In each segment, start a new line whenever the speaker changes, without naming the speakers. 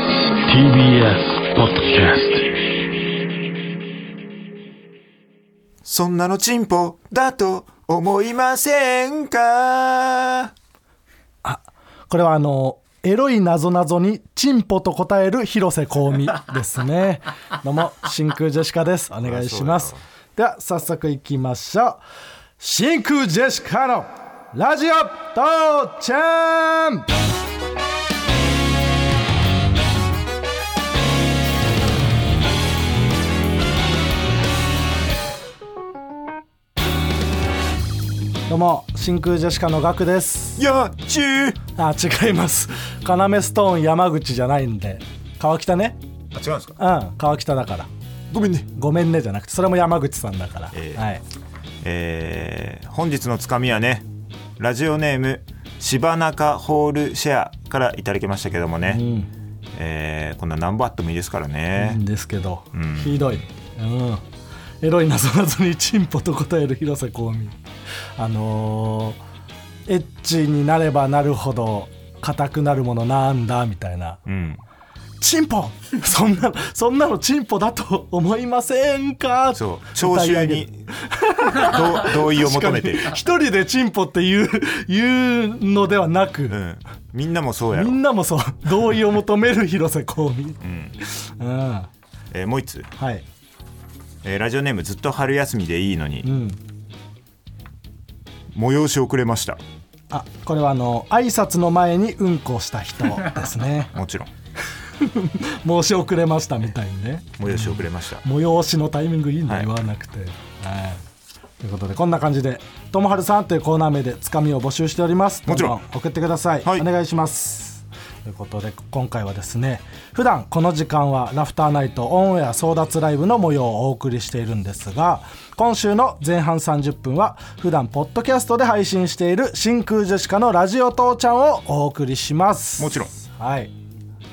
TBS ポッドキャス
そんなのチンポだと思いませんか
これはあのエロい謎謎にチンポと答える広瀬香美ですねどうも真空ジェシカですお願いしますでは早速いきましょう真空ジェシカのラジオ父ちゃんどうも真空ジェシカのガクです
よちゅう
あ違います要ストーン山口じゃないんで川北ね
あ違うんですか
うん川北だから
ごめんね
ごめんねじゃなくてそれも山口さんだから、
ええ
はい
えー、本日のつかみはねラジオネーム柴中ホールシェアからいただきましたけどもね、
うん
えー、こんな何バットもいいですから
いい
ね
ん、ですけど、
ん
ひどいうんエロいなぞなぞにチンポと答える広瀬香美あのーエッチになればなるほど硬くなるものなんだみたいな
うん、
チン ポそんなそんなのチンポだと思いませんか
そう聴衆に同 同意を求めてる、
確かに一人でチンポって言う 言うのではなく、
うん、みんなもそうやろ
み、んなもそう同意を求める広瀬香美
うん
うんは
えーもう一つ、
い
えーラジオネームずっと春休みでいいのに、
うん
催し遅れました
あこれはあの挨拶の前にうんこした人ですね
もちろん
申し遅れましたみたいにね
催し遅れました、
催しのタイミングいいんだ、
はい
言わなくて、はい、ということでこんな感じで「ともはるさん」というコーナー名でつかみを募集しております
もちろん
どど送ってください、
はい
お願いしますということで今回はですね普段この時間はラフターナイトオンエア争奪ライブの模様をお送りしているんですが今週の前半30分は普段ポッドキャストで配信している真空ジェシカのラジオ父ちゃんをお送りします
もちろん
はい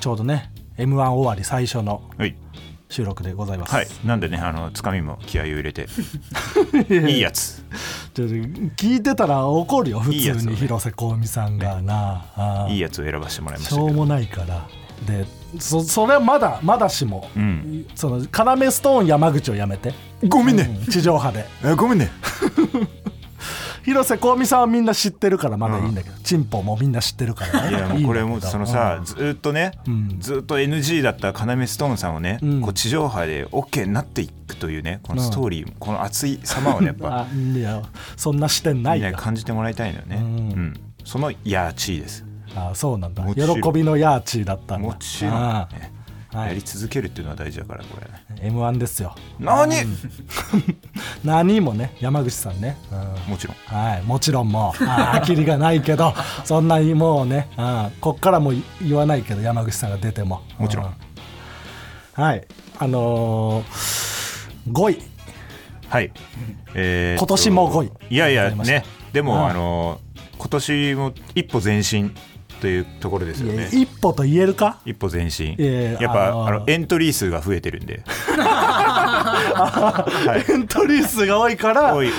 ちょうどね m 1終わり最初の
はい
収録でございます、
はい、なんでねあのつかみも気合を入れて いいやつ
ちょっと聞いてたら怒るよ普
いいやつ
通
をね
に広瀬香美さんがなああ
いいやつを選ばせてもらいまし
した
け
ょう
ど
もないからでそそれはまだまだしも、
うん
その要ストーン山口をやめて
ごめん
うん地上波で
えごめんね
広瀬香美さんはみんな知ってるからまだいいんだけど、チンポもみんな知ってるから、ね、
いやもうこれも
いいんだけど
そのさずーっとね、ずーっと NG だった要ストーンさんをね、
うん
こう地上波で OK になっていくというねこのストーリー、この熱い様をねやっ
うん
ぱ
あいやそんな視点な
み
い
んな
よ
に感じてもらいたいのよね、うんんそのヤーチーです
あそうなんだ
も
喜
ちろん
びのヤーチーだったんだ
もちろん、
あ
ね
あはい
やり続けるっていうのは大事だからこれ
m 1ですよ
何、
何もね山口さんね、うん
もちろん
はい、もちろんもう、あーキリがないけど、 そんなにもうね、うんこっからもう言わないけど、山口さんが出ても。
もちろん
うはい、あのー、5位、
はい、え
今年も五位
いやいや
ございました
ねでも、
はい
あの今年も一歩前進というところですよ
いや
ね
一歩と言えるか、
一歩前進
いやいや
やっぱ、
あのー
あのエントリー数が増えてるん ではい
エントリー数が多いから、
多
同
い
じ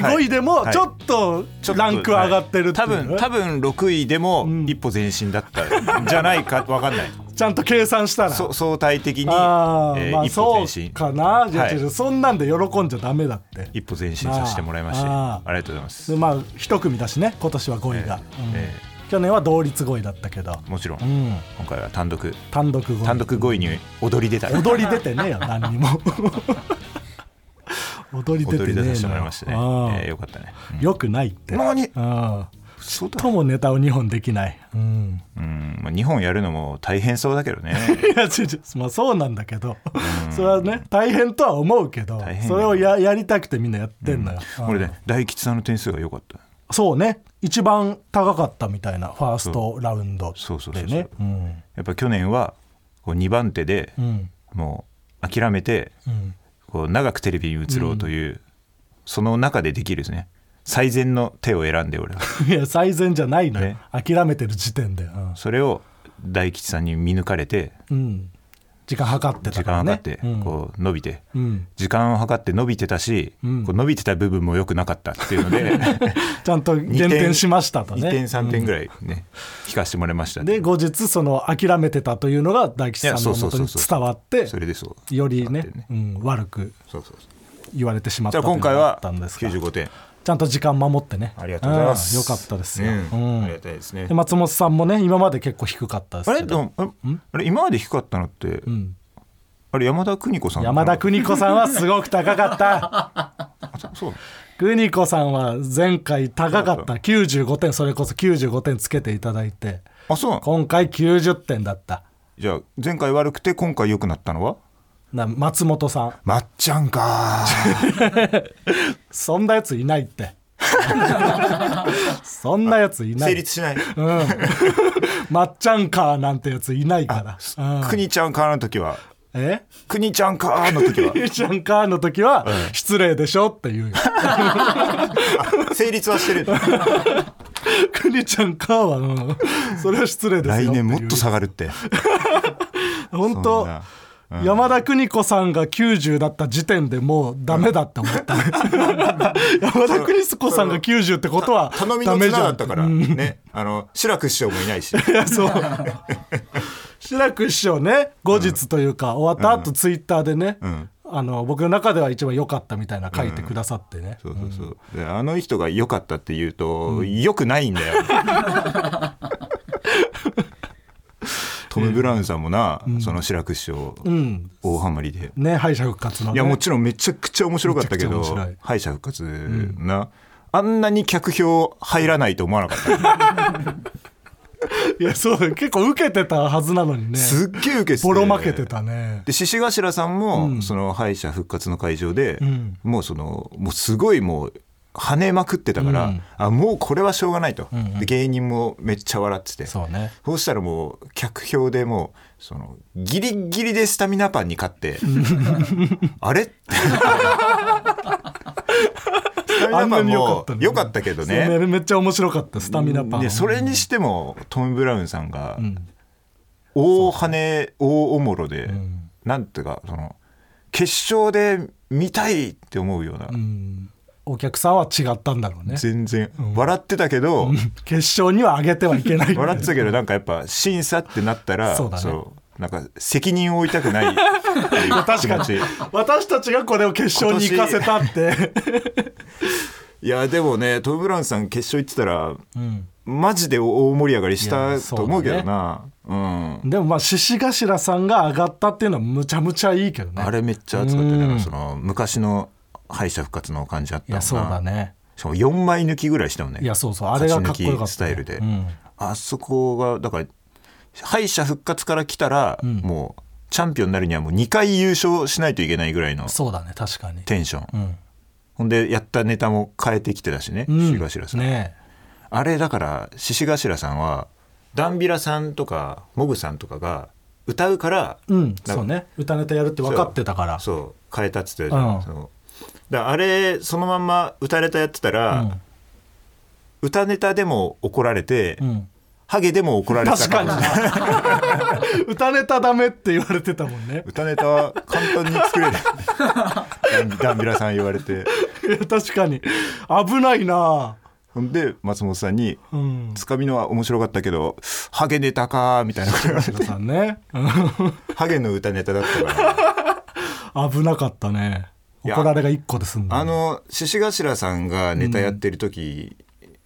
5位でも、
はい
ちょっと
ちょっと
ランク上がってるっていう、
はい多分多分6位でも一歩前進だったんじゃないか分かん ない
ちゃんと計算したら。
そ相対的に、え
あー
ー
まあ
一歩
そ
前進
うかな、じゃあ
はい
じゃあそんなんで喜んじゃダメだって
一歩前進させてもらいまして
あ
あ
ー
りがとうございます
でまあ一組だしね今年は5位が、うん
え
去年は同率5位だったけど
ーもちろん、
うん
今回は単独
単独5位
単独5位に踊り出た
踊り出てねえよ 何にも踊り
踊
出て
り
ね
出
え
させて
の
もらいましたね、え
ああ
ーよかったね、うん
よくないって
何
うん
そうだ
ともネタを2本できない、うん、
うん、まあ、日本やるのも大変そうだけどね
いや違う違うまあそうなんだけど、それはね大変とは思うけど
大変よ
それをややりたくてみんなやってんのよ、うん
俺ね大吉さんの点数が良かった
そうね一番高かったみたいなファーストラウンド
そうそうそう
で
そう
ねうん
やっぱ去年はこう2番手で
うん
もう諦めて
うん
こう長くテレビに映ろうという、その中でできるですね最善の手を選んで俺は
いや最善じゃないのよ、
ね
諦めてる時点で、うん
それを大吉さんに見抜かれて
うん時間計って
時
たか
間
らね
がかって
うん
こう伸びて、
うん
時間を計って伸びてたし、
うん
こう伸びてた部分も良くなかったっていうので
ちゃんと 減点しましたとね
2点3点ぐらいね、聞かせてもらいました
で後日その諦めてたというのが大吉さん
いやそ
の
うそう
元
そう
に
そう
伝わって
それでそう
よりね
伝わってね
うん、悪く
そうそうそう
言われてしまっ
じ
た
ゃあ今回は
というのがあったんですが
95点
ちゃんと時間守ってね
ありがとうございます
んよかったですよ、
うん
うん
ありがたいですね
で松本さんもね今まで結構低かったです
あ
けど
れでもあれあれ今まで低かったのって、
うん
あれ山田邦子さん
山田邦子さんはすごく高かっ た
あそうそう
邦子さんは前回高かった95点それこそ95点つけていただいて
あそうなの
今回90点だった
じゃあ前回悪くて今回良くなったのは
な松本さん
まっちゃんか
そんなやついないって そんなやついな
成
い
立しない
うん、まっちゃんかーなんてやついないから、うん
邦ちゃんかの時は
え
邦ちゃんかの 時は
ゆうちゃんかーの時は失礼でしょっていうよ
成立はしてる
くにちゃんかーは、うん、それは失礼です
来
よっていう
年もっと下がるって
本当
そんな
山田邦子さんが90だった時点でもうダメだって思った、 山田邦子さんが90ってことは
頼み
ダ
の
メ
綱
じゃ
だ
ん
ったからねあの志らく師匠もいないし
いや そう志らく師匠ね後日というか、終わった後ツイッターでね、
ん
あの僕の中では一番良かったみたいな書いてくださってね、
そうそうそうであの人が良かったって言うと良くないんだ よトム・ブラウンさんもなその志らく師匠
ん
大ハマりで
ね敗者復活の、ね、
いやもちろんめちゃくちゃ面白かったけど
めちゃくちゃ面白い
敗者復活なあんなに客票入らないと思わなかった
いやそうだよ結構受けてたはずなのにね
すっげえ受けて
ボロ負けてたね
で獅子頭さんも、その敗者復活の会場で、
ん
もうそのもうすごいもう跳ねまくってたから、
うん
あもうこれはしょうがないと、
んうん
で芸人もめっちゃ笑ってて
そうね
そうしたらもう客票でもうそのギリギリでスタミナパンに勝って あ れスタミナパンも
のに
良かったけど
そ
ね
うめっちゃ面白かったスタミナパン
でそれにしてもトム・ブラウンさんが、
うん
大跳ね大おもろで、
ん
なんていうかその決勝で見たいって思うような、
うんお客さんは違ったんだろうね
全然、笑ってたけど、
決勝には上げてはいけない
笑ってたけどなんかやっぱ審査ってなったら
そうだね
うなんか責任を負いたくないって いう気持ち
私たちがこれを決勝に行かせたって、
いやでもねトム・ブラウンさん決勝行ってたら
うん
マジで大盛り上がりし
い
た
やそ
と
うだね
思うけどなうん、
でもまあ獅子頭さんが上がったっていうのはむちゃむちゃいいけどね
あれめっちゃ熱かったね
うん
なんかその昔の敗者復活の感じあった
い
もんな
やそうだね
しかも4枚抜きぐらいしたもんね
いやそうそうあれがかっこよ
勝ち抜
かったね
きスタイルで、
うん
あそこがだから敗者復活から来たら、
ん
もうチャンピオンになるにはもう2回優勝しないといけないぐらいの
そうだね確かに
テンション、
うん
ほんでやったネタも変えてきてたしね
うん
獅子頭さん、
ねえ
あれだから獅子頭さんはダンビラさんとかモブさんとかが歌うから、
うん
なん
そうね歌ネタやるって分かってたから
そう変えたっつってたじゃん、
うん
そのだからあれそのまんま歌ネタやってたら、歌ネタでも怒られて、
うんうん
ハゲでも怒られてた
確
か
からに 歌ネタダメって言われてたもんね
歌ネタは簡単に作れる ダンダンビラさん言われて
いや確かに危ないな
ほんで松本さんに
うん
「つかみのは面白かったけどハゲネタか」みたいなこと言われて
白さんねうん
ハゲの歌ネタだったから
危なかったね
いや
怒られが1個で済んだ
あの獅子頭さんがネタやってる時、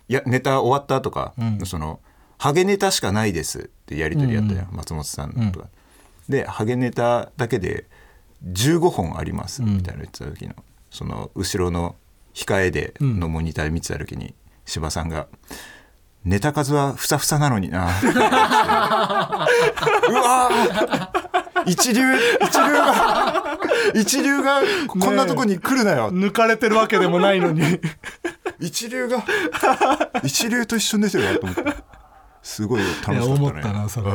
いやネタ終わったとか、その「ハゲネタしかないです」ってやり取りやったじゃん、松本さんとか。でハゲネタだけで15本ありますみたいなの言ってた時の、その後ろの控えでのモニター見てた時に柴さんが「ネタ数はふさふさなのに な」うわー一流一流が一流がこんなとこに来るなよ、
抜かれてるわけでもないのに
一流が 一流と一緒に出てるなと思ってすごい楽しかったね
いや思ったなそれ
うん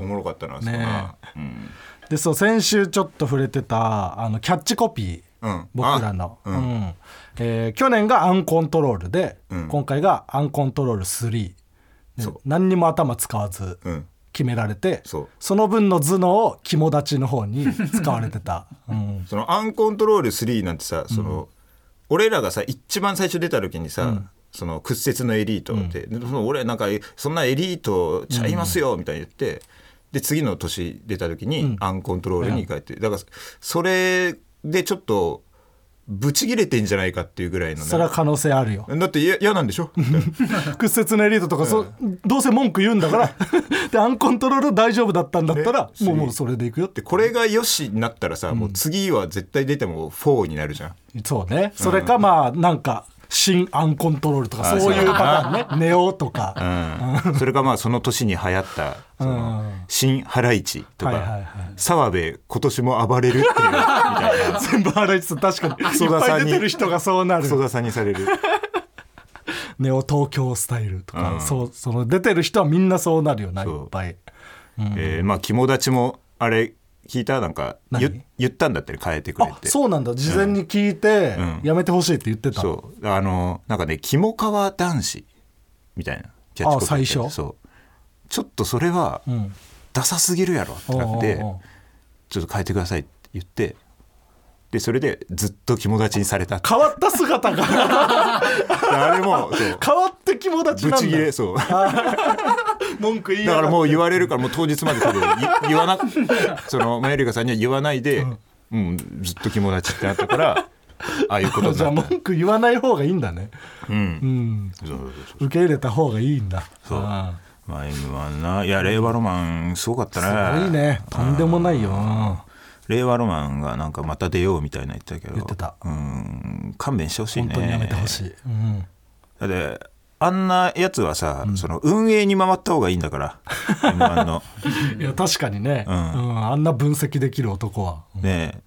おもろかったなそれな、うん
でそう先週ちょっと触れてたあのキャッチコピー、
うん
僕らの、
あ
う
うん
んえー去年が「アンコントロールで」
うん
今回が「アンコントロール3」で
そう
何にも頭使わず、
うん
キ決められて
そう
の分の頭脳を肝立ちの方に使われ てた、うん、
そのアンコントロール3なんてさその、俺らがさ一番最初出た時にさ、その屈折のエリートって、でその俺なんかそんなエリートちゃいますよみたいに言って、で次の年出た時にアンコントロールに変えて、だからそれでちょっとブチ切れてんじゃないかっていうぐらいのね
それは可能性あるよ
だっていや嫌なんでしょみたいな
屈折のエリートとか、そどうせ文句言うんだから でアンコントロール大丈夫だったんだったら
ね
もうもうそれでいくよって
でこれがよしになったらさ、もう次は絶対出ても4になるじゃん
そうねそれかまあなんか新アンコントロールとか
あ
そうい
そ
う
う
パターンねネオとか、
うんそれがまあその年に流行ったその新ハライチとか、
はいはいはい
澤部今年も暴れるっていうみたいな
全部ハライチさん確かに
ソ
いっ
ダ
ぱ
さん
い
に
出てる人がそうなる
クソダサにされる
ネオ東京スタイルとか、
うん
そうその出てる人はみんなそうなるよないうっぱい
えーまあ肝立ちもあれ聞いたなんか
何
言言ったんだってね変えてくれ
あ
て
そうなんだ事前に聞いて、
うん
やめてほしいって言ってた
そうあのなんかね「肝川男子」みたいなキャッチコピー
あ最初
そうちょっとそれは
うん
ダサすぎるやろってなって
おうおうおう
ちょっと変えてくださいって言ってでそれでずっと肝立ちにされ たって
変わった 姿が
あれもそう
変わって肝立ち
ぶ
な
ち
ん
切れ
だ
そう
文句言い
だ
や
か
が
ら
って
もう言われるからもう当日まで多分い言わ なそのマユリカさんには言わないで、うんずっと肝立ちってなったからああいうことに
じゃ
なっ
あ
た
文句言わない方がいいんだね
うん、そうそうそう
受け入れた方がいいんだ
そう
あ
まあ M1 ないや令和ロマンすごかった
あ
ね
すごいねとんでもないよ
令和ロマンがなんかまた出ようみたいな言ってたけど
言ってた
うん勘弁してほしいね
本当にやめてほしい、うん
だってあんなやつはさ、その運営に回った方がいいんだから M1 の
いや確かにね、う
うんん
あんな分析できる男は、
ね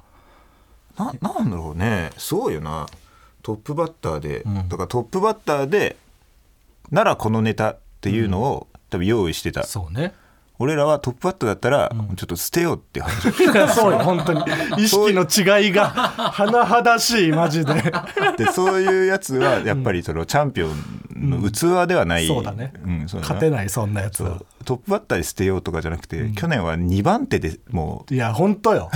えななんだろうねすごいよなトップバッターで、だからトップバッターでならこのネタっていうのを、多分用意してた
そ うね
俺らはトップバッターだったら、ちょっと捨てようっていう話を
いやそうよ本当に意識の違いが甚だしいマジで
でそういうやつはやっぱりそのチャンピオンの器ではない、
そうだね、
んそうだ
勝てないそんなやつ
そ
は
うトップバッターで捨てようとかじゃなくて、去年は2番手でも
いや本当よ、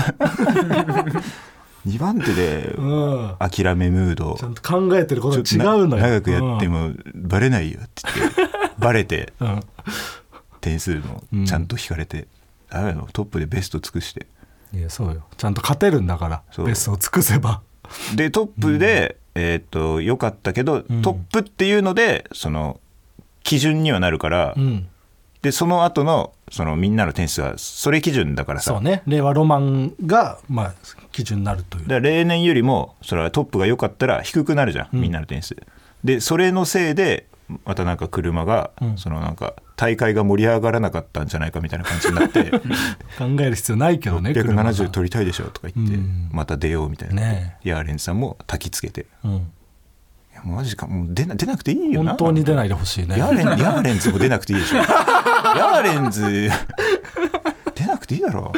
う2番手 で
うん、
諦めムード、
ちゃんと考えてること
ちょ
違
っとな
うのよ
長くやってもバレないよって言 って、バレて
うん、うん
点数もちゃんと引かれて、ダメだよトップでベスト尽くして
いやそうよちゃんと勝てるんだから
そう
ベストを尽くせば
でトップで、えーっと良かったけど、トップっていうのでその基準にはなるから、
うん
でその後のそのみんなの点数はそれ基準だからさ
そうね令和ロマンが、まあ、基準になるという
だから例年よりもそれはトップが良かったら低くなるじゃん、みんなの点数でそれのせいでまたなんか車が、そのなんか大会が盛り上がらなかったんじゃないかみたいな感じになって
考 える必要ない けどね車が
670取りたいでしょとか言って、
うん
また出ようみたいな、
ね
ヤーレンさんも焚きつけてい
うん
やマジかもう出な出なくていいよな
本当に出
な
ないでほしいね
ヤーレンヤーレンズも出なくていい でしょヤーレンズ出なくていいだろ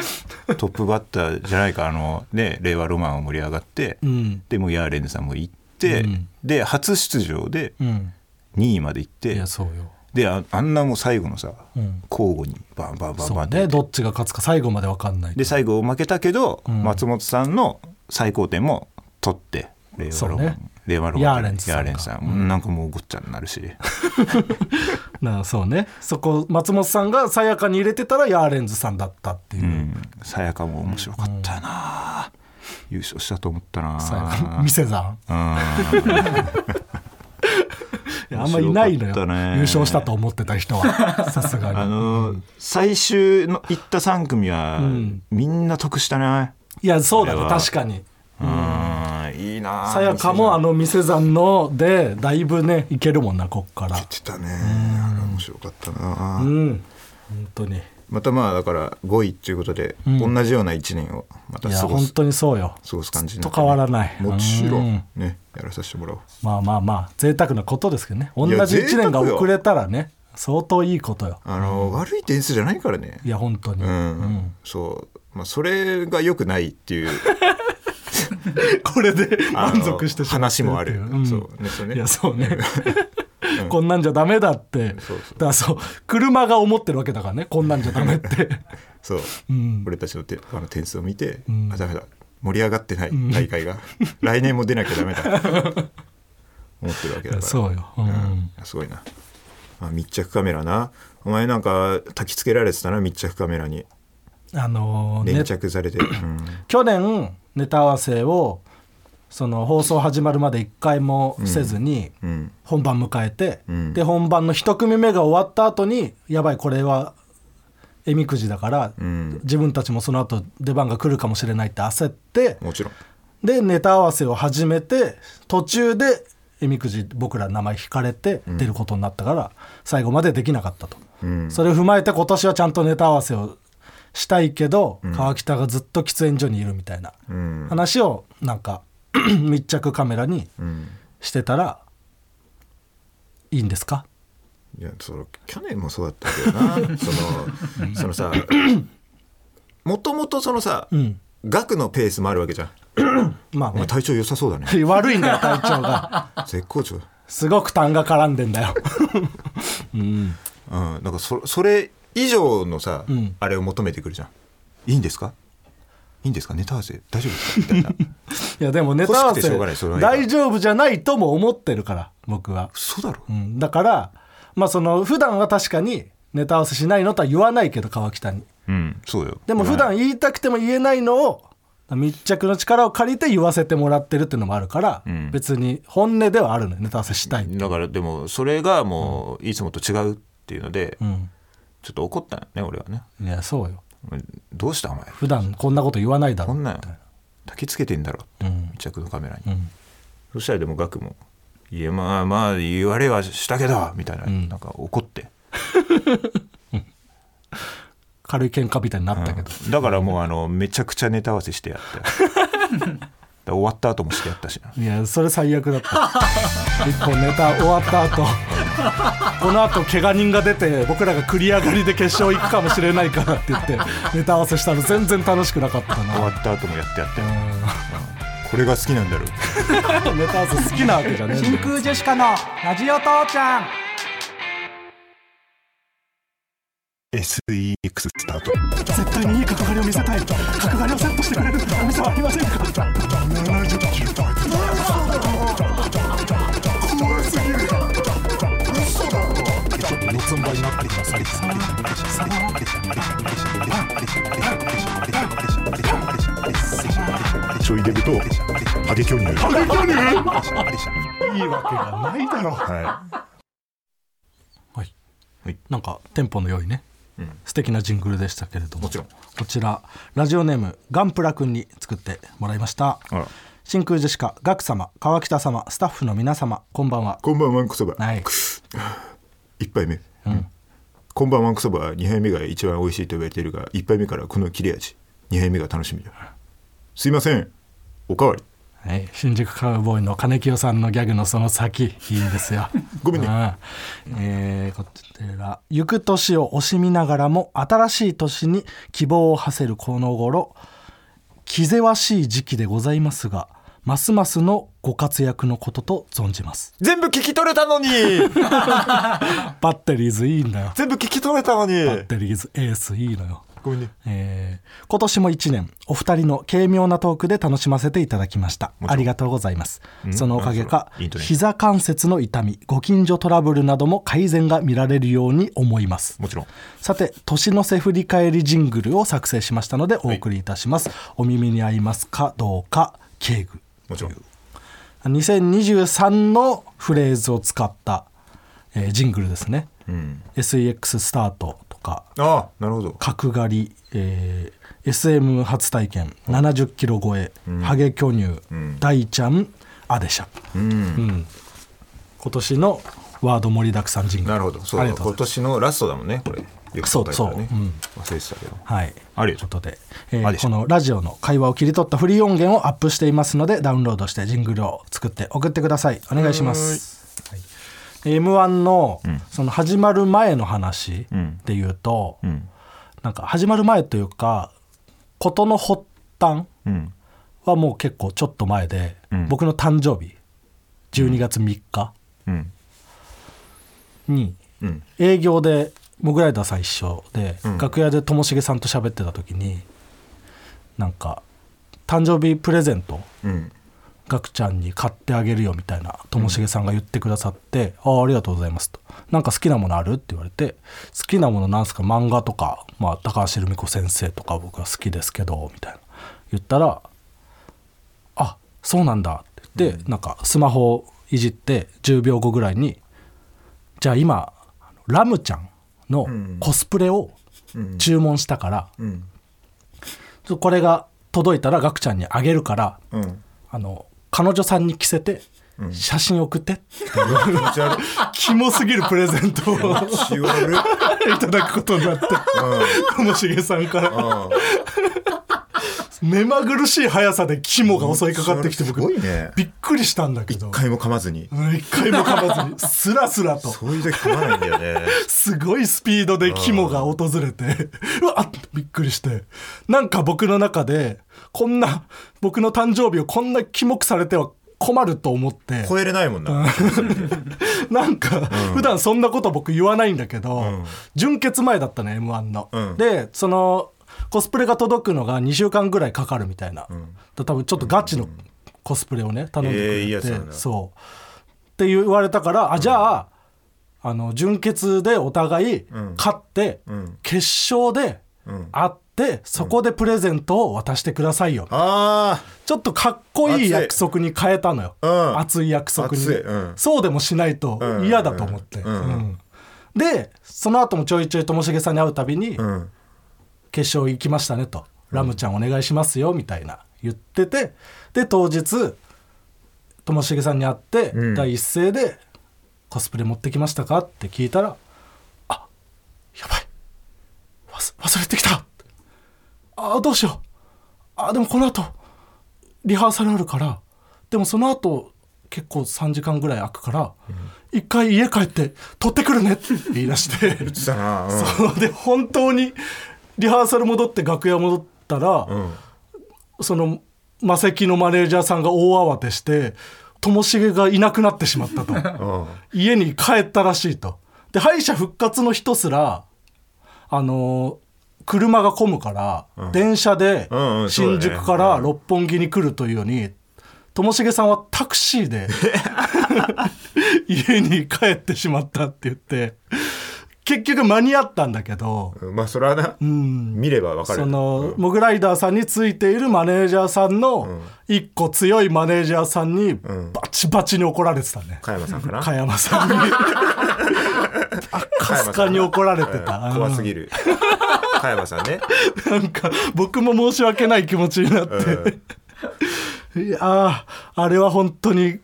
トップバッターじゃないかあのね令和ロマンを盛り上がって、
うん
でもうヤーレンズさんも行って、
うん
で初出場で
うん
2位まで行っ
い
て
やそうよ
でああんなもう最後のさ、
うん
交互にバンバンバン
そ
バ
う
ンって
ねどっちが勝つか最後まで分かんない
で最後負けたけど、
うん
松本さんの最高点も取って令和ロマン、
そうね
令和ロマン
ヤーレンズさんが
ヤーレンズさんもうなんかもうごっちゃになるし
なあそうねそこ松本さんがさやかに入れてたらヤーレンズさんだったっていううん
さやかも面白かったよな、優勝したと思ったな
さやか店算
うん
いやあんまいないの
面白
よ
かったね
優勝したと思ってた 人はさすが
あ
に
のー最終の行った3組は、
ん
みんな得したね
いやそうだ
こ
ね
れは
確かに
うんいいな
さやかもあの店算のでだいぶねいけるもんなこっから
てたねあれ面白かったな
うん本当に
またまあだから5位っていうことで、
ん
同じような1年をまた
いや
過ご
本
す
当にそうよ
過ごす感じに
ず
な
っ
っ
と
てね
変わらない
もちろ
うん
ねやらさせてもらおう
まあまあまあ贅沢なことですけどね同
いや
じ1年が
贅沢よ
遅れたらね相当いいことよ
あの、悪い点数じゃないからね
いや本当に、
うん、そうまあそれが良くないっていう
これで
あの
満足してしまって
話
る
もあ
ってい
る、
ううん
そうねそれね
いやそうねこんなんじゃダメだって
そうそう
だからそう車が思ってるわけだからねこんなんじゃダメって
そう、
ん
俺たちのてあの点数を見て、あダメだ盛り上がってない大会 が、来年も出なきゃダメだ思ってるわけだから
そうよ、うん
うんすごいなあ密着カメラなお前なんか焚きつけられてたな密着カメラに
あのーね
粘着されて、うん
去年ネタ合わせをその放送始まるまで一回もせずに
うん
本番迎えて、
うん
で本番の一組目が終わった後にやばいこれはえみくじだから、
うん
自分たちもその後出番が来るかもしれないって焦って
もちろん
でネタ合わせを始めて途中でえみくじ僕ら名前引かれて出ることになったから、最後までできなかったと、
うん
それを踏まえて今年はちゃんとネタ合わせをしたいけど、川北がずっと喫煙所にいるみたいな
うん
話をなんか 密着カメラに
うん
してたらいいんですか
いやその去年もそうだったけどな そのその さもともとそのさ、
うん
額のペースもあるわけじゃん
まあ
お前
ね
体調良さそうだ ね
悪いんだよ体調が
絶好調だ
すごく痰が絡んでんだよ うん
うんなんかそそれ以上のさ、
うん
あれを求めてくるじゃんいいんですかいいんですかネタ合わせ大丈夫ですかみたいな
いやでもネタ合わ
欲しくて
せ
しょうがないそれは今
大丈夫じゃないとも思ってるから僕は、
嘘 だろ
うん、だからまあその普段は確かにネタ合わせしないのとは言わないけど川北に
うんそうよ
でも普段言いたくても言えないのを密着の力を借りて言わせてもらってるっていうのもあるから、
うん
別に本音ではあるのよネタ合わせしたい、うん
だからでもそれがもういつもと違うっていうので、ちょっと怒ったよね俺はね
いやそうよ
どうしたお前
普段こんなこと言わないだろ
こんなん
みたい
焚きつけてんだろって、
うん
密着のカメラに、
うん
そしたらでもガクも「いやまあまあ言われはしたけど」みたいな、
ん
なんか怒って、
軽い喧嘩みたいになったけど、
だからもうあのめちゃくちゃネタ合わせしてやったよ だ終わった後もしてやったしない
やそれ最悪だった 一本ネタ終わった後この後怪我人が出て僕らが繰り上がりで決勝行くかもしれないからって言ってネタ合わせしたの全然楽しくなかった
終わ
な
った後もやってやったよ、
う
これが好きなんだろうん
ネタ合わせ好きなわけじゃねえんだよ
真空ジェシカのラジオ父ちゃん
SEX スタート
絶対にいい角刈りを見せたい角刈りをセットしてくれるお店はありませんか70キロ怖すぎる嘘だろちょいデブとハゲ巨乳ハゲ巨乳いいわけがないだろ
は
はい、
はい
なんかテンポの良いね、
うん
素敵なジングルでしたけれども
もちろん
こちらラジオネームガンプラくんに作ってもらいました
あら、
真空ジェシカガク様川北様スタッフの皆様こんばんはい
こんばんはわんこそば、
はい、
1杯目、こんばんはわんこそば2杯目が一番美味しいと言われているが1杯目からこの切れ味2杯目が楽しみだすいませんおかわり
はい、新宿カウボーイの金清さんのギャグのその先いいですよ
ごめんね
うんえーこちら行く年を惜しみながらも新しい年に希望を馳せるこの頃気ぜわしい時期でございますがますますのご活躍のことと存じます
全部聞き取れたのに
バッテリーズいいんだよ
全部聞き取れたの
バッ
に
テリーズエースいいのよ
ごめんね
えー今年も1年お二人の軽妙なトークで楽しませていただきましたありがとうございますそのおかげか
あそういいとね
膝関節の痛みご近所トラブルなども改善が見られるように思います
もちろん
さて年の瀬振り返りジングルを作成しましたのでお送りいたします、お耳に合いますかどうか敬具
もちろん
2023のフレーズを使った、えージングルですね、
うん、
SEX スタートとか
ああなるほど
角刈り、えー SM 初体験70キロ超え、ハゲ巨乳、大ちゃんアデシャ、うん今年のワード盛りだくさん人
なるほどそう
あ
だ
りがとうご
今
ざいます
年のラストだもんねこれよく
そう
答えたらね
そううん
忘れてたけど
はい
ありがとう
ということで、えー
ありがと
こ
う
のラジオの会話を切り取ったフリー音源をアップしていますのでダウンロードしてジングルを作って送ってくださいお願いします、はい、m 1の,、その始まる前の話でいうと、
ん
なんか始まる前というか事の発端
うん
はもう結構ちょっと前で、
ん
僕の誕生日12月3日
うん
に
うん
営業でモグライダー最初で、楽屋でともしげさんと喋ってた時になんか誕生日プレゼント
うん
ガクちゃんに買ってあげるよみたいなともしげさんが言ってくださって「ああありがとうございます」と「なんか好きなものある?」って言われて「好きなものなんすか漫画とか、まあ、高橋留美子先生とか僕は好きですけど」みたいな言ったら「あそうなんだ」って言って、なんかスマホをいじって10秒後ぐらいに「じゃあ今あのラムちゃんのコスプレを注文したから、
ん
ちょっとこれが届いたらガクちゃんにあげるから」
うん
あの彼女さんに着せて写真送って、
気持ち悪い
キモすぎるプレゼントをい
気持ち 悪い
ただくことになってともしげさんから
うん
目まぐるしい速さでキモが襲いかかってきて僕
すごいね
びっくりしたんだけ
一
ど
回も噛まずに
うん一回も噛まずにスラスラと
そういう時噛まないんだよね
すごいスピードで肝が訪れて、うわっびっくりして。なんか僕の中で、こんな、僕の誕生日をこんなキモくされては困ると思って、
超えれないもんな
なんか、普段そんなこと僕言わないんだけど、純潔前だったの、M1 の。
うん
で、その、コスプレが届くのが2週間ぐらいかかるみたいな。だ多分ちょっとガチのコスプレをね、頼んでくれて、
ええいいやつなんだ
そう。って言われたから、あ、じゃあ、あの純潔でお互い勝って、
ん
決勝で会って、そこでプレゼントを渡してくださいよ、
あ
ちょっとかっこい
熱
い
い
約束に変えたのよ、
うん
熱い約束にね、
熱いうん
そうでもしないと
うん
嫌だと思って、
うん
うんでその後もちょいちょいともしげさんに会うたびに、
あうん
決勝行きましたねと、ラムちゃんお願いしますよみたいな言っててで当日ともしげさんに会って、
うん
第一声で「コスプレ持ってきましたか?」って聞いたら「あやばい忘忘れてきたあどうしようあでもこの後リハーサルあるからでもその後結構3時間ぐらい空くから、一回家帰って取ってくるねって言い出して
したなうん
そうで本当にリハーサル戻って楽屋戻ったら、そのマセキのマネージャーさんが大慌てしてともしげがいなくなってしま ったと
うん
家に帰ったらしいとで敗者復活の人すらあのー車が混むから、電車で
うんうんそうだね
新宿から六本木に来るというようにともしげさんはタクシーで 家に帰ってしまったって言って結局間に合ったんだけど、
うんまあそれはな見ればわかる
そのモグライダーさんについているマネージャーさんの一個強いマネージャーさんにバチバチに怒られてたね、
加山さんかな
加山さんに あかすかに怒られてた、
うん怖すぎ る加山さんね
なんか僕も申し訳ない気持ちになって、いやーあれは本当に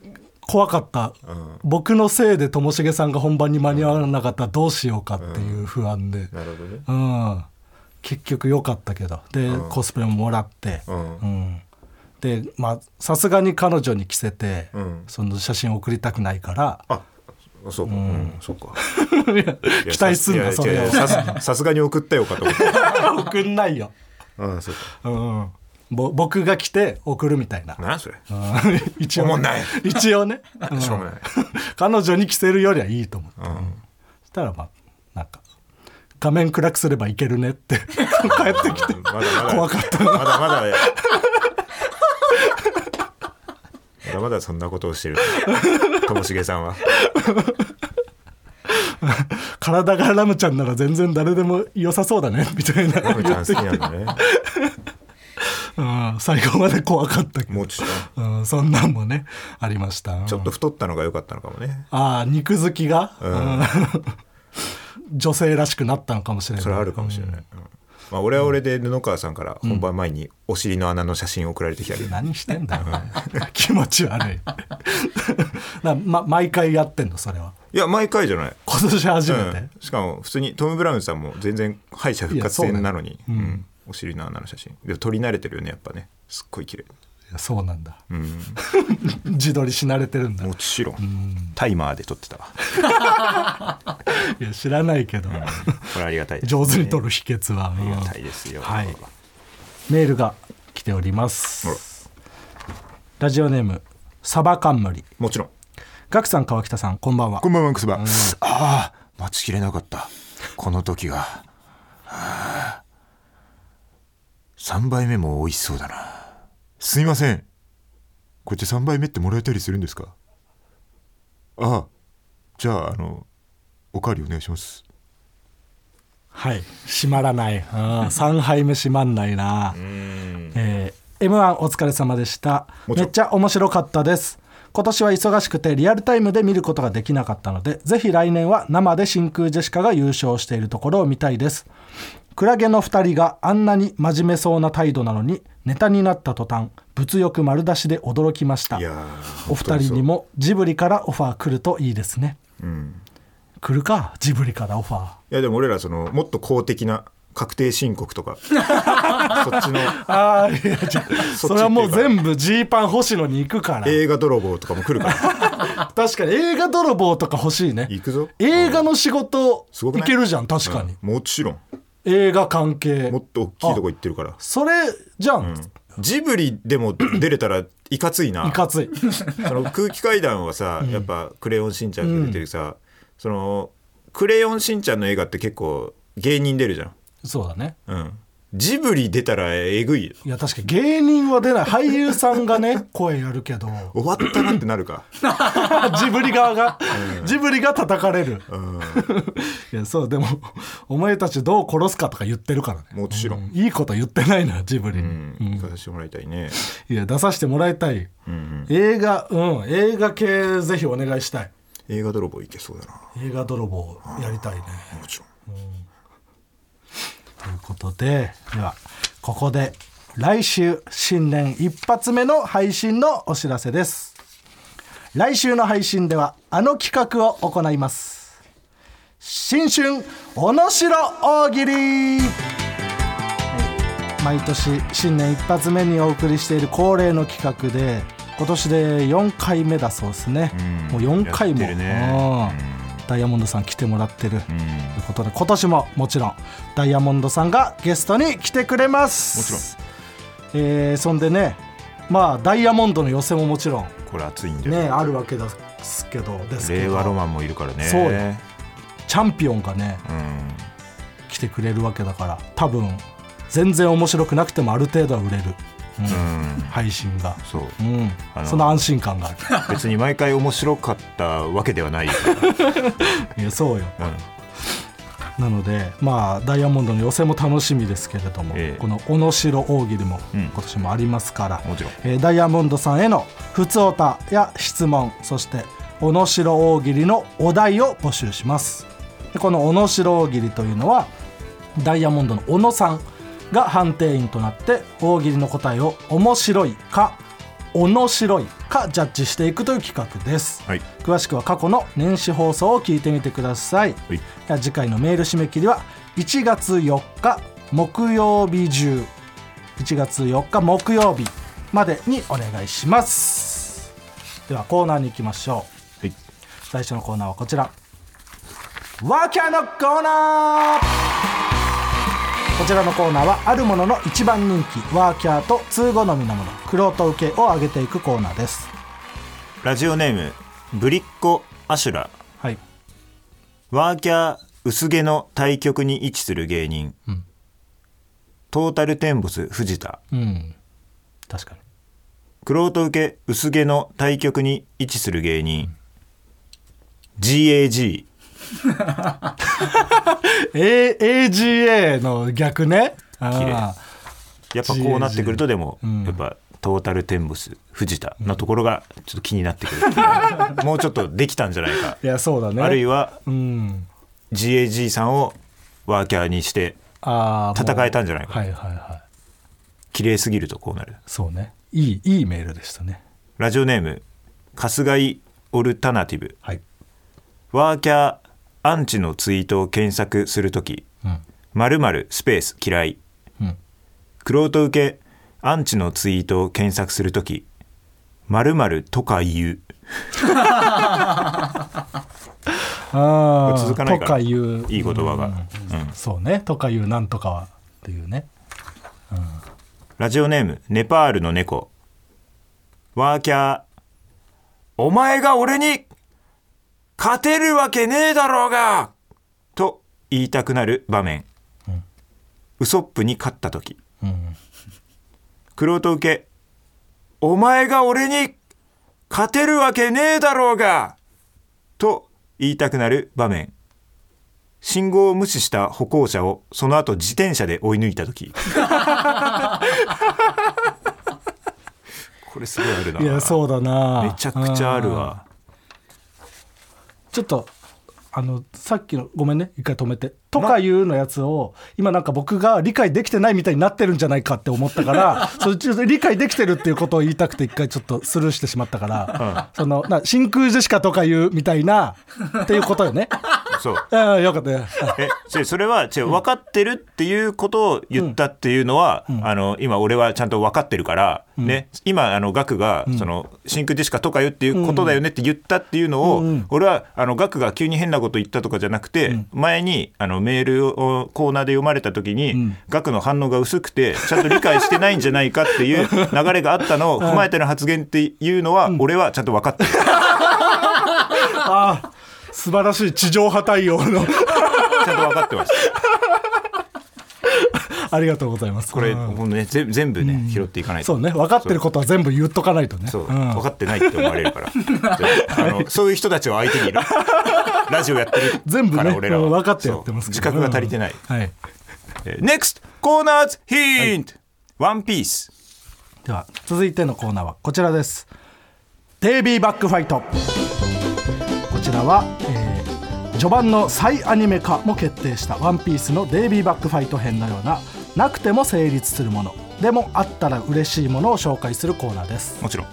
怖かった、僕のせいでともしげさんが本番に間に合わなかったらどうしようかっていう不安で、
なるほどね
うん、結局良かったけどで、コスプレももらって、
ん
うんでまあさすがに彼女に着せて、
ん
その写真送りたくないから
あそうかうんそうかいや
期待すん
いや
なそれ
い
を
やさすさすがに送ったよかと思って
送んないよ、
うんそうか
うん、ぼ僕が来て送るみたいな、
何それ
うん一応
おもんない
一応ね、うん
しょうもない
彼女に着せるよりはいいと思って、そしたらまあなんか画面暗くすればいけるねって 帰ってきて
うんまだまだ
怖かった
まだまだまだまだそんなことをしてるともしげさんは
体がラムちゃんなら全然誰でも良さそうだねみたいな
ラムちゃん好きなんだね
うん、最後まで怖かったけど、
もうちょっと
うん、そんなんもねありました
ちょっと太ったのが良かったのかもね
ああ肉好きが、うん 女性らしくなったのかもしれない
それはあるかもしれない、うんまあ、俺は俺で布川さんから本番前にお尻の穴の写真送られてきたり、
何してんだよ 気持ち悪い な、ま、毎回やってんのそれはい
や毎回じゃない、
今年初めて、
うんしかも普通にトム・ブラウンさんも全然敗者復活戦なのにう、ん、お尻の穴の写真でも撮り慣れてるよねやっぱねすっごい綺麗
いやそうなんだ
うん
自撮りし慣れてるんだ
もちろんタイマーで撮ってたわ
いや知らないけど、
これありがたいですね、
上手に撮る秘訣は、
ありがたいですよ、
はいメールが来ておりますラジオネームサバカンムリ
もちろん
ガガクさん川北さんこんばんは
こんばんはクスバ、ああ待ちきれなかったこの時が、はあ、3杯目も美味しそうだなすいませんこっち3杯目ってもらえたりするんですかああじゃああのおかわりお願いします
はい閉まらない3杯目閉まんないなえー、m 1お疲れ様でした
もちろ
め
ん
っちゃ面白かったです今年は忙しくてリアルタイムで見ることができなかったのでぜひ来年は生で真空ジェシカが優勝しているところを見たいですクラゲの2人があんなに真面目そうな態度なのにネタになった途端物欲丸出しで驚きました
いやー
お二人にもジブリからオファー来るといいですね、来るかジブリからオファー
いやでも俺らそのもっと公的な確定申告と かそっちの
ああいやじゃあ
そっち行ってるから
それはもう全部ジーパン星野に行くから
映画泥棒とかも来るから
確かに映画泥棒とか欲しいね
行くぞ
映画の仕事
すごく
い
ない
けるじゃん確かに、
もちろん
映画関係
もっと大きいとこ行ってるから
それじゃん、
ジブリでも出れたらいかついない
かつい
その空気階段はさ、やっぱ「クレヨンしんちゃん」が出てるさ、その「クレヨンしんちゃん」の映画って結構芸人出るじゃん、
そうだね
うん、ジブリ出たらえぐいよ
いや確かに芸人は出ない俳優さんが ね声やるけど
終わったなってなる か
ジブリ側が、ジブリが叩かれる、 いやそうでもお前たちどう殺すかとか言ってるからね
もちろん、
いいこと言ってないのよジブリに、
うん行かさせてもらいたいね
いや出させてもらいたい、映画うん映画系ぜひお願いしたい
映画泥棒いけそうだな
映画泥棒やりたいね
もちろん
ということでではここで来週新年一発目の配信のお知らせです来週の配信ではあの企画を行います新春おのしろ大喜利毎年新年一発目にお送りしている恒例の企画で今年で4回目だそうですね、
うん
もう4回も、
やってるね
うんダイヤモンドさん来てもらってる、ということで今年ももちろんダイヤモンドさんがゲストに来てくれますもちろん、えーそんでねまあダイヤモンドの寄せももちろん
これ熱いんじゃない
ねあるわけですけどですけ
令
ど
和ロマンもいるからね
そうよチャンピオンがね
うん
来てくれるわけだから多分全然面白くなくてもある程度は売れる、うん
うん
配信が
そう
うん
あの
その安心 感があ
別に毎回面白かったわけではないよ、
るいやそうよ
うん、
なのでまあダイヤモンドの予選も楽しみですけれども、
ええ
この「おのしろ大喜利」も
うん
今年もありますから、
もちろん
えーダイヤモンドさんへの「ふつおた」や質問そして「おのしろ大喜利」のお題を募集しますでこの「おのしろ大喜利」というのはダイヤモンドの小野さんが判定員となって大喜利の答えを面白いか面白いかジャッジしていくという企画です、
はい
詳しくは過去の年始放送を聞いてみてください
はい
次回のメール締め切りは1月4日木曜日中1月4日木曜日までにお願いしますではコーナーに行きましょ
は
う
い
最初のコーナーはこちらワーキャーのコーナーこちらのコーナーはあるものの一番人気ワーキャーと通好みのものクロート受けを上げていくコーナーです
ラジオネームぶりっ子アシュラ
はい
ワーキャー薄毛の対極に位置する芸人、トータルテンボス藤田
うん確かに
クロート受け薄毛の対極に位置する芸人、GAG
え AGA の逆ねあ
やっぱこうなってくるとでも、やっぱトータルテンボス藤田のところがちょっと気になってくる、 もうちょっとできたんじゃないか
ーいやそうだね
あるいは
うん
GAG さんをワーキャーにして
あーもう
戦えたんじゃないか
はいはいはい
綺麗すぎるとこうなる
そうねいいいいメールでしたね
ラジオネーム春日井オルタナティブ
はい
ワーキャーアンチのツイートを検索するとき
うん
〇〇スペース嫌い
うん
クロート受けアンチのツイートを検索するとき〇〇とか言う
ああ
続かないから
とかいう
いい言葉が、うん
そうねとかいうなんとかはっていうね
ラジオネームネパールの猫ワーキャーお前が俺に勝てるわけねえだろうがと言いたくなる場面、ウソップに勝った時くろうと、玄人受けお前が俺に勝てるわけねえだろうがと言いたくなる場面信号を無視した歩行者をその後自転車で追い抜いた時 これすごいあるない
やそうだな
めちゃくちゃあるわ
ちょっとあのさっきのごめんね一回止めて「とかいう」のやつを今なんか僕が理解できてないみたいになってるんじゃないかって思ったから それちょっと理解できてるっていうことを言いたくて一回ちょっとスルーしてしまったから、そのな真空ジェシカとかいうみたいなっていうことよね。
そう
うんよかったよ
え違うそれは違う分かってるっていうことを言ったっていうのは、あの今俺はちゃんと分かってるから、ね、今あのガクが、その真空ジェシカとかよっていうことだよねって言ったっていうのを、俺はあのガクが急に変なこと言ったとかじゃなくて、前にあのメールをコーナーで読まれた時に、ガクの反応が薄くてちゃんと理解してないんじゃないかって いう流れがあったのを踏まえての発言っていうのは、俺はちゃんと分かってる。
あー素晴らしい地上波対応の
ちゃんと分かってました。
ありがとうございます
これ、
うん
もうね、ぜ全部ね、拾っていかないと。
そうね分かってることは全部言っとかないとね
そう、
ん
分かってないって思われるから あのそういう人たちを相手にいるラジオやってる
全部
か
ね
ら俺らは
うん分かってやってますけ
そう
ど
自覚が足りてない、
うんはい、
えー NEXT コーナーズヒント、ワンピース
では続いてのコーナーはこちらですデイビーバックファイトこちらは、えー序盤の再アニメ化も決定した「ワンピースのデイビーバックファイト編のようななくても成立するものでもあったら嬉しいものを紹介するコーナーです
もちろん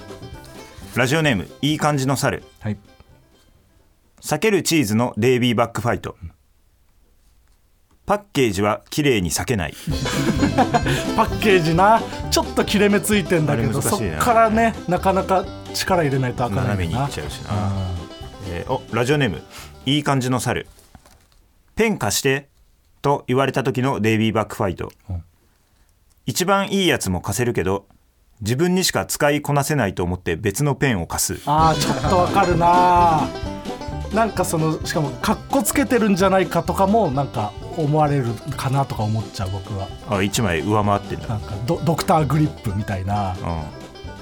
ラジオネームいい感じの猿
はい
避けるチーズのデイビーバックファイトパッケージは綺麗に避けない
パッケージなちょっと切れ目ついてんだけ
あれ
ど
難
そ
しいな
っからねなかなか力入れないとあかん
斜め
ない
にいっ
な
ちゃうしな、えーおラジオネームいい感じの猿ペン貸してと言われた時のデイビーバックファイト、一番いいやつも貸せるけど自分にしか使いこなせないと思って別のペンを貸す
あーちょっとわかるななんかそのしかもかっこつけてるんじゃないかとかもなんか思われるかなとか思っちゃう僕は
あ一枚上回ってん
な
だ、
んかドドクターグリップみたいな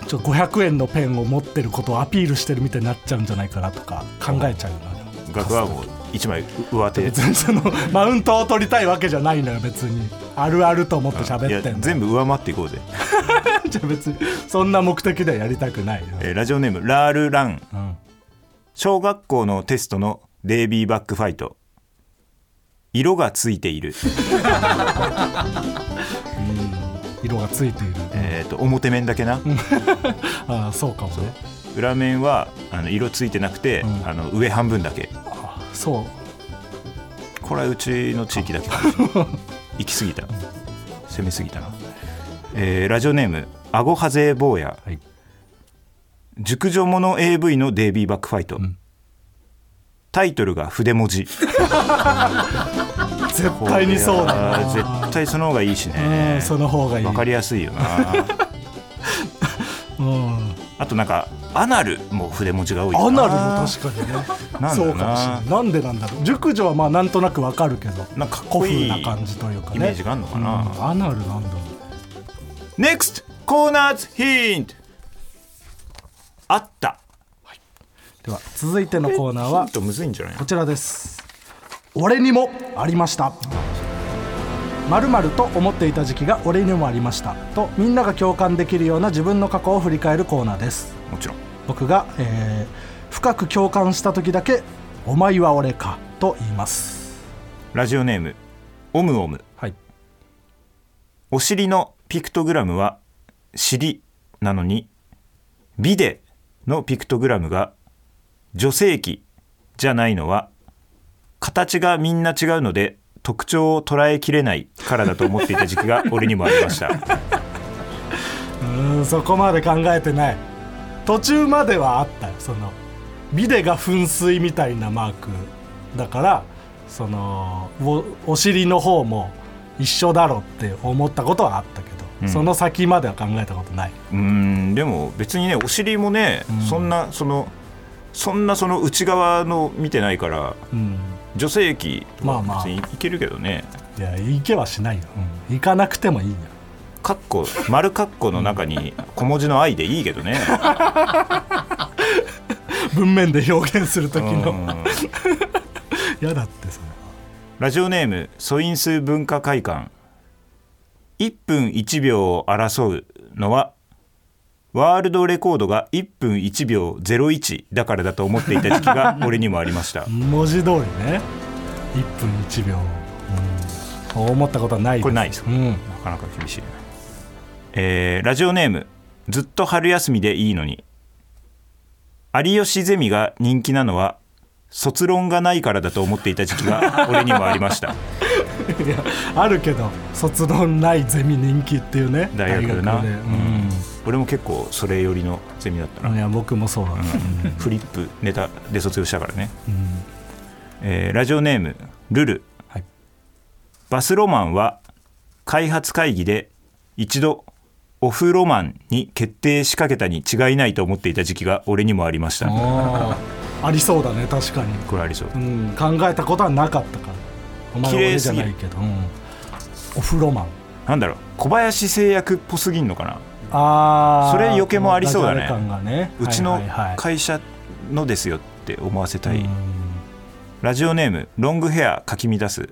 うん、
ちょっと500円のペンを持ってることをアピールしてるみたいになっちゃうんじゃないかなとか考えちゃうな
額はもう一枚上手
別にそのマウントを取りたいわけじゃないのよ別にあるあると思って
い
喋
や
ってんの
全部上回っていこうぜ、
じゃあ別にそんな目的ではやりたくないよ
えーラジオネームラールラン
うん
小学校のテストのデイビーバックファイト色がついている
色がついている、
えっと表面だけな
ああそうかもね
裏面はあの色ついてなくて、
ん
あの上半分だけ
そう
これはうちの地域だけかもしれない行き過ぎた攻めすぎたな、えーラジオネームアゴハゼ坊や、
はい
熟女もの AV のデイビーバックファイト、タイトルが筆文 字
絶対にそうだな
これは絶対その方がいいし
う
ね
ん、その方がいい。
わかりやすいよ な
うん、
あとなんかアナルも筆文字が多い
ア
な
ナルも確かに
な
ね。
んだろうな
そうかもしれない。なんでなんだろう。熟女はまあなんとなくわかるけど、
なんかかっこいい
古風な感じというかね。
イメージがあんのかな
うんアナルなんだろう。
NEXT コーナーズヒントあった
では続いてのコーナーは
ヒントむずいんじゃない
こちらです俺にもありましたまると思っていた時期が俺にもありましたとみんなが共感できるような自分の過去を振り返るコーナーです
もちろん
僕が、えー深く共感した時だけ「お前は俺か」と言います
ラジオネームオムオム
はい
お尻のピクトグラムは尻なのにビデのピクトグラムが女性器じゃないのは形がみんな違うので特徴を捉えきれないからだと思っていた時期 が俺にもありました
うーんそこまで考えてない途中まではあったよそのビデが噴水みたいなマークだからそのおお尻の方も一緒だろって思ったことはあったけど、その先までは考えたことないう
ーんでも別にねお尻もね、そんなそのそんなその内側の見てないから
うん
女性器と
まあ
か
まあ
別にいけるけどね、
いや行けはしないよ、うん行かなくてもいいよ
カッコ丸カッコの中 に小文字の「愛」でいいけどね
文面で表現する時
う
の
ん
嫌だってそれ
ラジオネーム素因数文化会館1分1秒を争うのはワールドレコードが1分1秒01だからだと思っていた時期 が俺にもありました
文字通りね1分1秒、うん、思ったことはない
これないです
うん、うん
なかなか厳しいな、えーラジオネームずっと春休みでいいのに有吉ゼミが人気なのは卒論がないからだと思っていた時期が俺にもありました
いやあるけど卒論ないゼミ人気っていうね
大学な
で
俺も結構それ寄りのゼミだったな
うん、いや僕もそうだ、
フリップネタで卒業したからね、
ん
えーラジオネームルル、
はい
バスロマンは開発会議で一度オフロマンに決定しかけたに違いないと思っていた時期が俺にもありました
あーありそうだね確かに、
これありそう
うん、考えたことはなかったからお前は
綺
俺
麗
じ
す
ゃ
ぎ
な
る
いけど、うんお風呂マン
なんだろう小林製薬っぽすぎんのかな、
あー
それ余計もありそうだね
ダジャレ感がね
うちの
はいはいはい
会社のですよって思わせたい、
うん
ラジオネームロングヘアかき乱す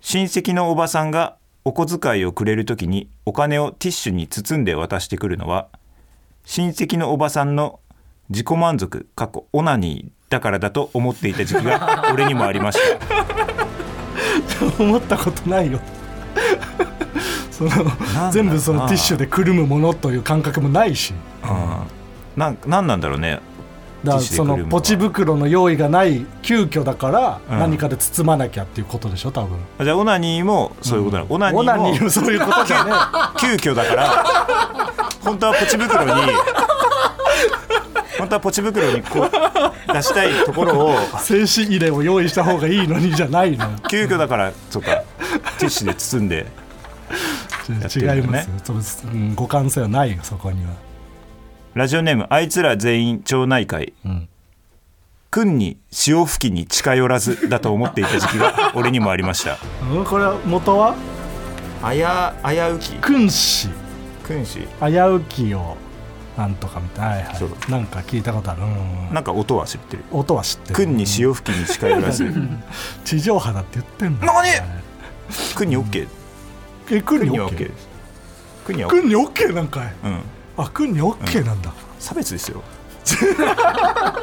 親戚のおばさんがお小遣いをくれるときにお金をティッシュに包んで渡してくるのは親戚のおばさんの自己満足過去オナニーだからだと思っていた時期が俺にもありました
思ったことないよその
な
全部そのティッシュでくるむものという感覚もないし
うんなんなんなんだろうね
だ
テ
から
ィッシュでくる
そ
むの
の
は
ポチ袋の用意がない急遽だから
うん
何かで包まなきゃっていうことでしょ多分
じゃあオナニーもそういうことなの、オナニ
オナニ
ー
ー
も
もそういうことじゃね
急遽だから本当はポチ袋に本当はポチ袋にこう出したいところを
え静止入れを用意した方がいいのにじゃないの
急遽だからとかティッシュで包んでやってるよ
違
ね
いますよそのうん互換性はないよそこには
ラジオネームあいつら全員町内会、
ん
君に潮吹きに近寄らずだと思っていた時期が俺にもありました
うんこれは元は
あやあやうき
君子
君子
危うきをなんとかみたいな、はい
そう
はい、なんか聞いたことある、うん
なんか音は知ってる
音は知ってる
君に潮吹きに近寄ら ず
地上波だって言ってんの
何君に OK
えくん
君
に
に
OK
OK です君には OK
くんに OK なんかい
うん
あくんに OK なんだ、
差別ですよ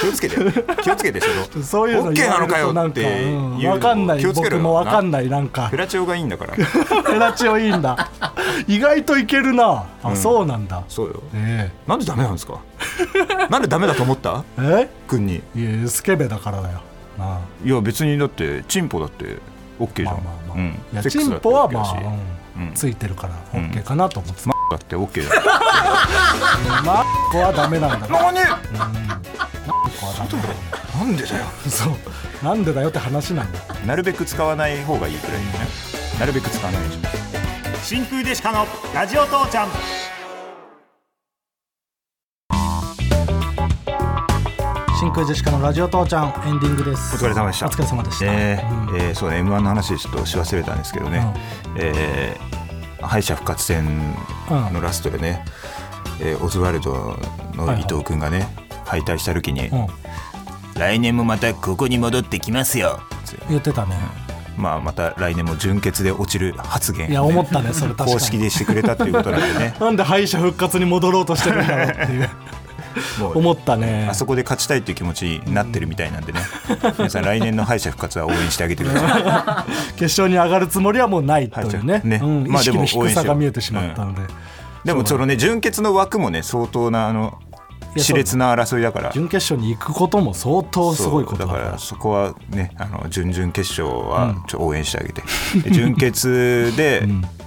気をつけて気をつけてその
そういうの言わ
OK なの
れる
か
と
よ
なん
っていうの
うん
も
わかんない
気をつけろ
僕
よ
もわかんないなんか
フラチオがいいんだから
ペラチオいい んだ意外といけるなあ、
うん
そうなんだ
そうよ
え
なんでダメなんですかなんでダメだと思った
え
君に
えいやスケベだからだよなあ
いや別にだってチンポだって OK じゃん、
まあまあまあ、
うん
いや
セックス
チ
だ
ン
って
ポは
OK
ま
だし
あ、うん
うん
ついてるから OK かなと思ってた、
だって OK だよ
まあこはダメなんだ
何
なこはダメ
なんでだよ
そうなんでだよって話なんだ
なるべく使わない方がいいくらいねなるべく使わないでしょ
真空ジェシカのラジオ父ちゃん
真空ジェシカのラジオ父ちゃんエンディングです
お疲れ様でした
お疲れ様でした、
えー
うん
えーそうね m 1の話ちょっとし忘れたんですけどね、えー敗者復活戦のラストでね、えーオズワルドの伊藤君がね、敗退した時に、
うん、
来年もまたここに戻ってきますよ」つって
言ってたね、
まあ、また来年も純潔で落ちる発言をね、
いや思ったねそれ確かに
公式でしてくれたっていうことなんで ね
なんで敗者復活に戻ろうとしてるんだろうって いう
もう
思ったね
あそこで勝ちたいっていう気持ちになってるみたいなんでね、皆さん来年の敗者復活は応援してあげてください
決勝に上がるつもりはもうないというね,、
はいね
うん
まあ
意識の
でも応
低
援しよ
さ
う
が見えてしまったので、
でもそのね純潔の枠もね相当なあの
やそ
熾
う
烈な争いだから
準決勝に行くことも相当すごいこ
そ
とだ
う
から
だからそこはねあの準々決勝はちょっと応援してあげて、で準決 で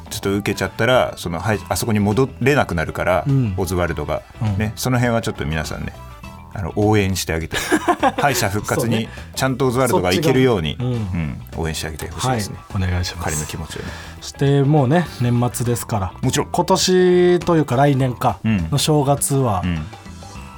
ちょっと受けちゃったらそのはいあそこに戻れなくなるから、
ん
オズワルドが、
うん
ね、その辺はちょっと皆さんねあの応援してあ げて敗者復活
そう
に
ね
ちゃんとオズワルドがいけるように、
そっちがう
うん応援してあげてほしい
は
で
い
すね、
お願いしま
彼の
す
気持ちをね
そしてもうね年末ですから
もちろん
今年というか来年か
うん
の正月は
うん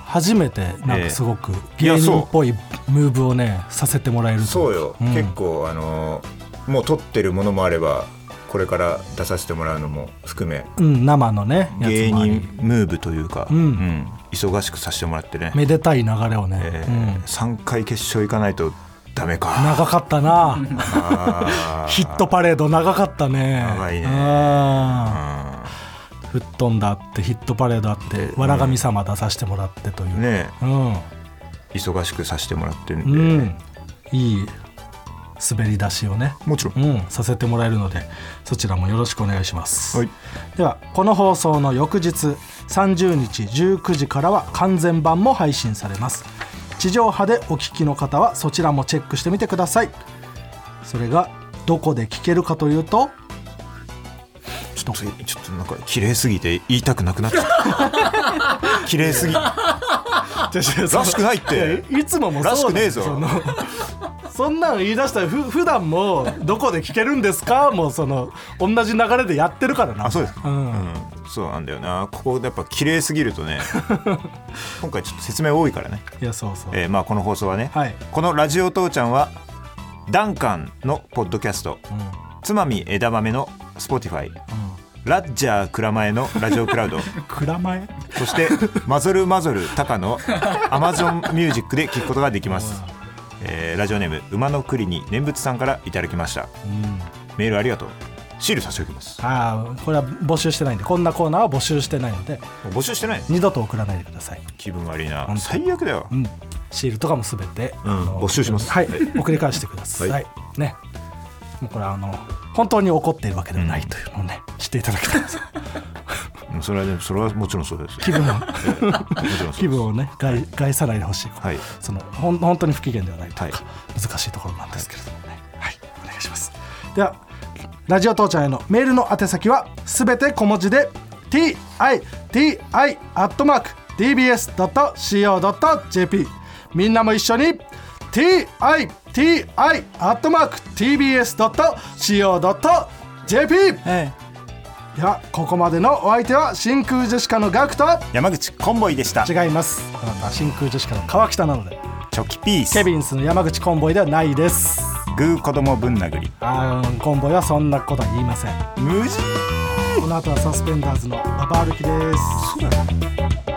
初めてなんかすごく芸人っぽいムーブをねさせてもらえると
そうよ、
ん
結構あのもう撮ってるものもあればこれから出させてもらうのも含め
うん、生のねや
芸
つもあり
人ムーブというか、
ん
うん忙しくさせてもらってね、
めでたい流れをね、
えー
うん
3回決勝行かないとダメか
長かった
あ
な
ー
ヒットパレード長かったね
長いね
ね吹っ飛んだってヒットパレードあって「わらがみ様」出させてもらってという
ね
うん、
忙しくさせてもらってる
うん
で、
ん、いい滑り出しをね
もちろん、
うん、させてもらえるのでそちらもよろしくお願いします、
はい
ではこの放送の翌日30日19時からは完全版も配信されます地上波でお聞きの方はそちらもチェックしてみてくださいそれがどこで聞けるかというと
ちょっとちょっとなんか綺麗すぎて言いたくなくなっちゃっ た。綺麗すぎ。らしくないって。
いつももそう
らしくねえぞ
そのそんなん言い出したらふ普段も「どこで聞けるんですか?」もうその同じ流れでやってるからな
あ、そうですか。
ん
うんそうなんだよな。ここやっぱ綺麗すぎると ね。今回ちょっと説明多いからね。
いやそうそう、
えーまあこの放送はね、
はい
このラジオ父ちゃんはダンカンのポッドキャスト、つまみ枝豆の Spotify、ラッジャー蔵前のラジオク ラウド。
蔵前
そして「マゾルマゾルタカ」の Amazon ミュージックで聴くことができ ます、えーラジオネーム馬の栗に念仏さんからいただきました、メールありがとうシール差し上げます
ああこれは募集してないんでこんなコーナーは募集してないので
もう募集してない
二度と送らないでください、
気分悪いな
当
最悪だよ、
うん、シールとかもすべて、
うん
あの
募集します
はい送り返してください、
は
ねもうこれはあの本当に怒っているわけではないというのをね、知っていただき たいです
うんそれはねそれはもちろんそうです
気分を
もちろんそう
気分をね害害さないでほしい、
はい
そのほん本当に不機嫌ではないというか、
は
難しいところなんですけれどもねはいお願いしますではラジオ父ちゃんへのメールの宛先はすべて小文字で TITI.tbs.co.jp みんなも一緒に TITI.tbs.co.jp ではここまでのお相手は真空ジェシカのガクと
山口コンボイでした
違いますあなたは真空ジェシカの川北なので
チョキピース
ケビンスの山口コンボイではないです
グー子供ぶん殴り
あーコンボイはそんなことは言いません
無事
この後はサスペンダーズのババ歩きです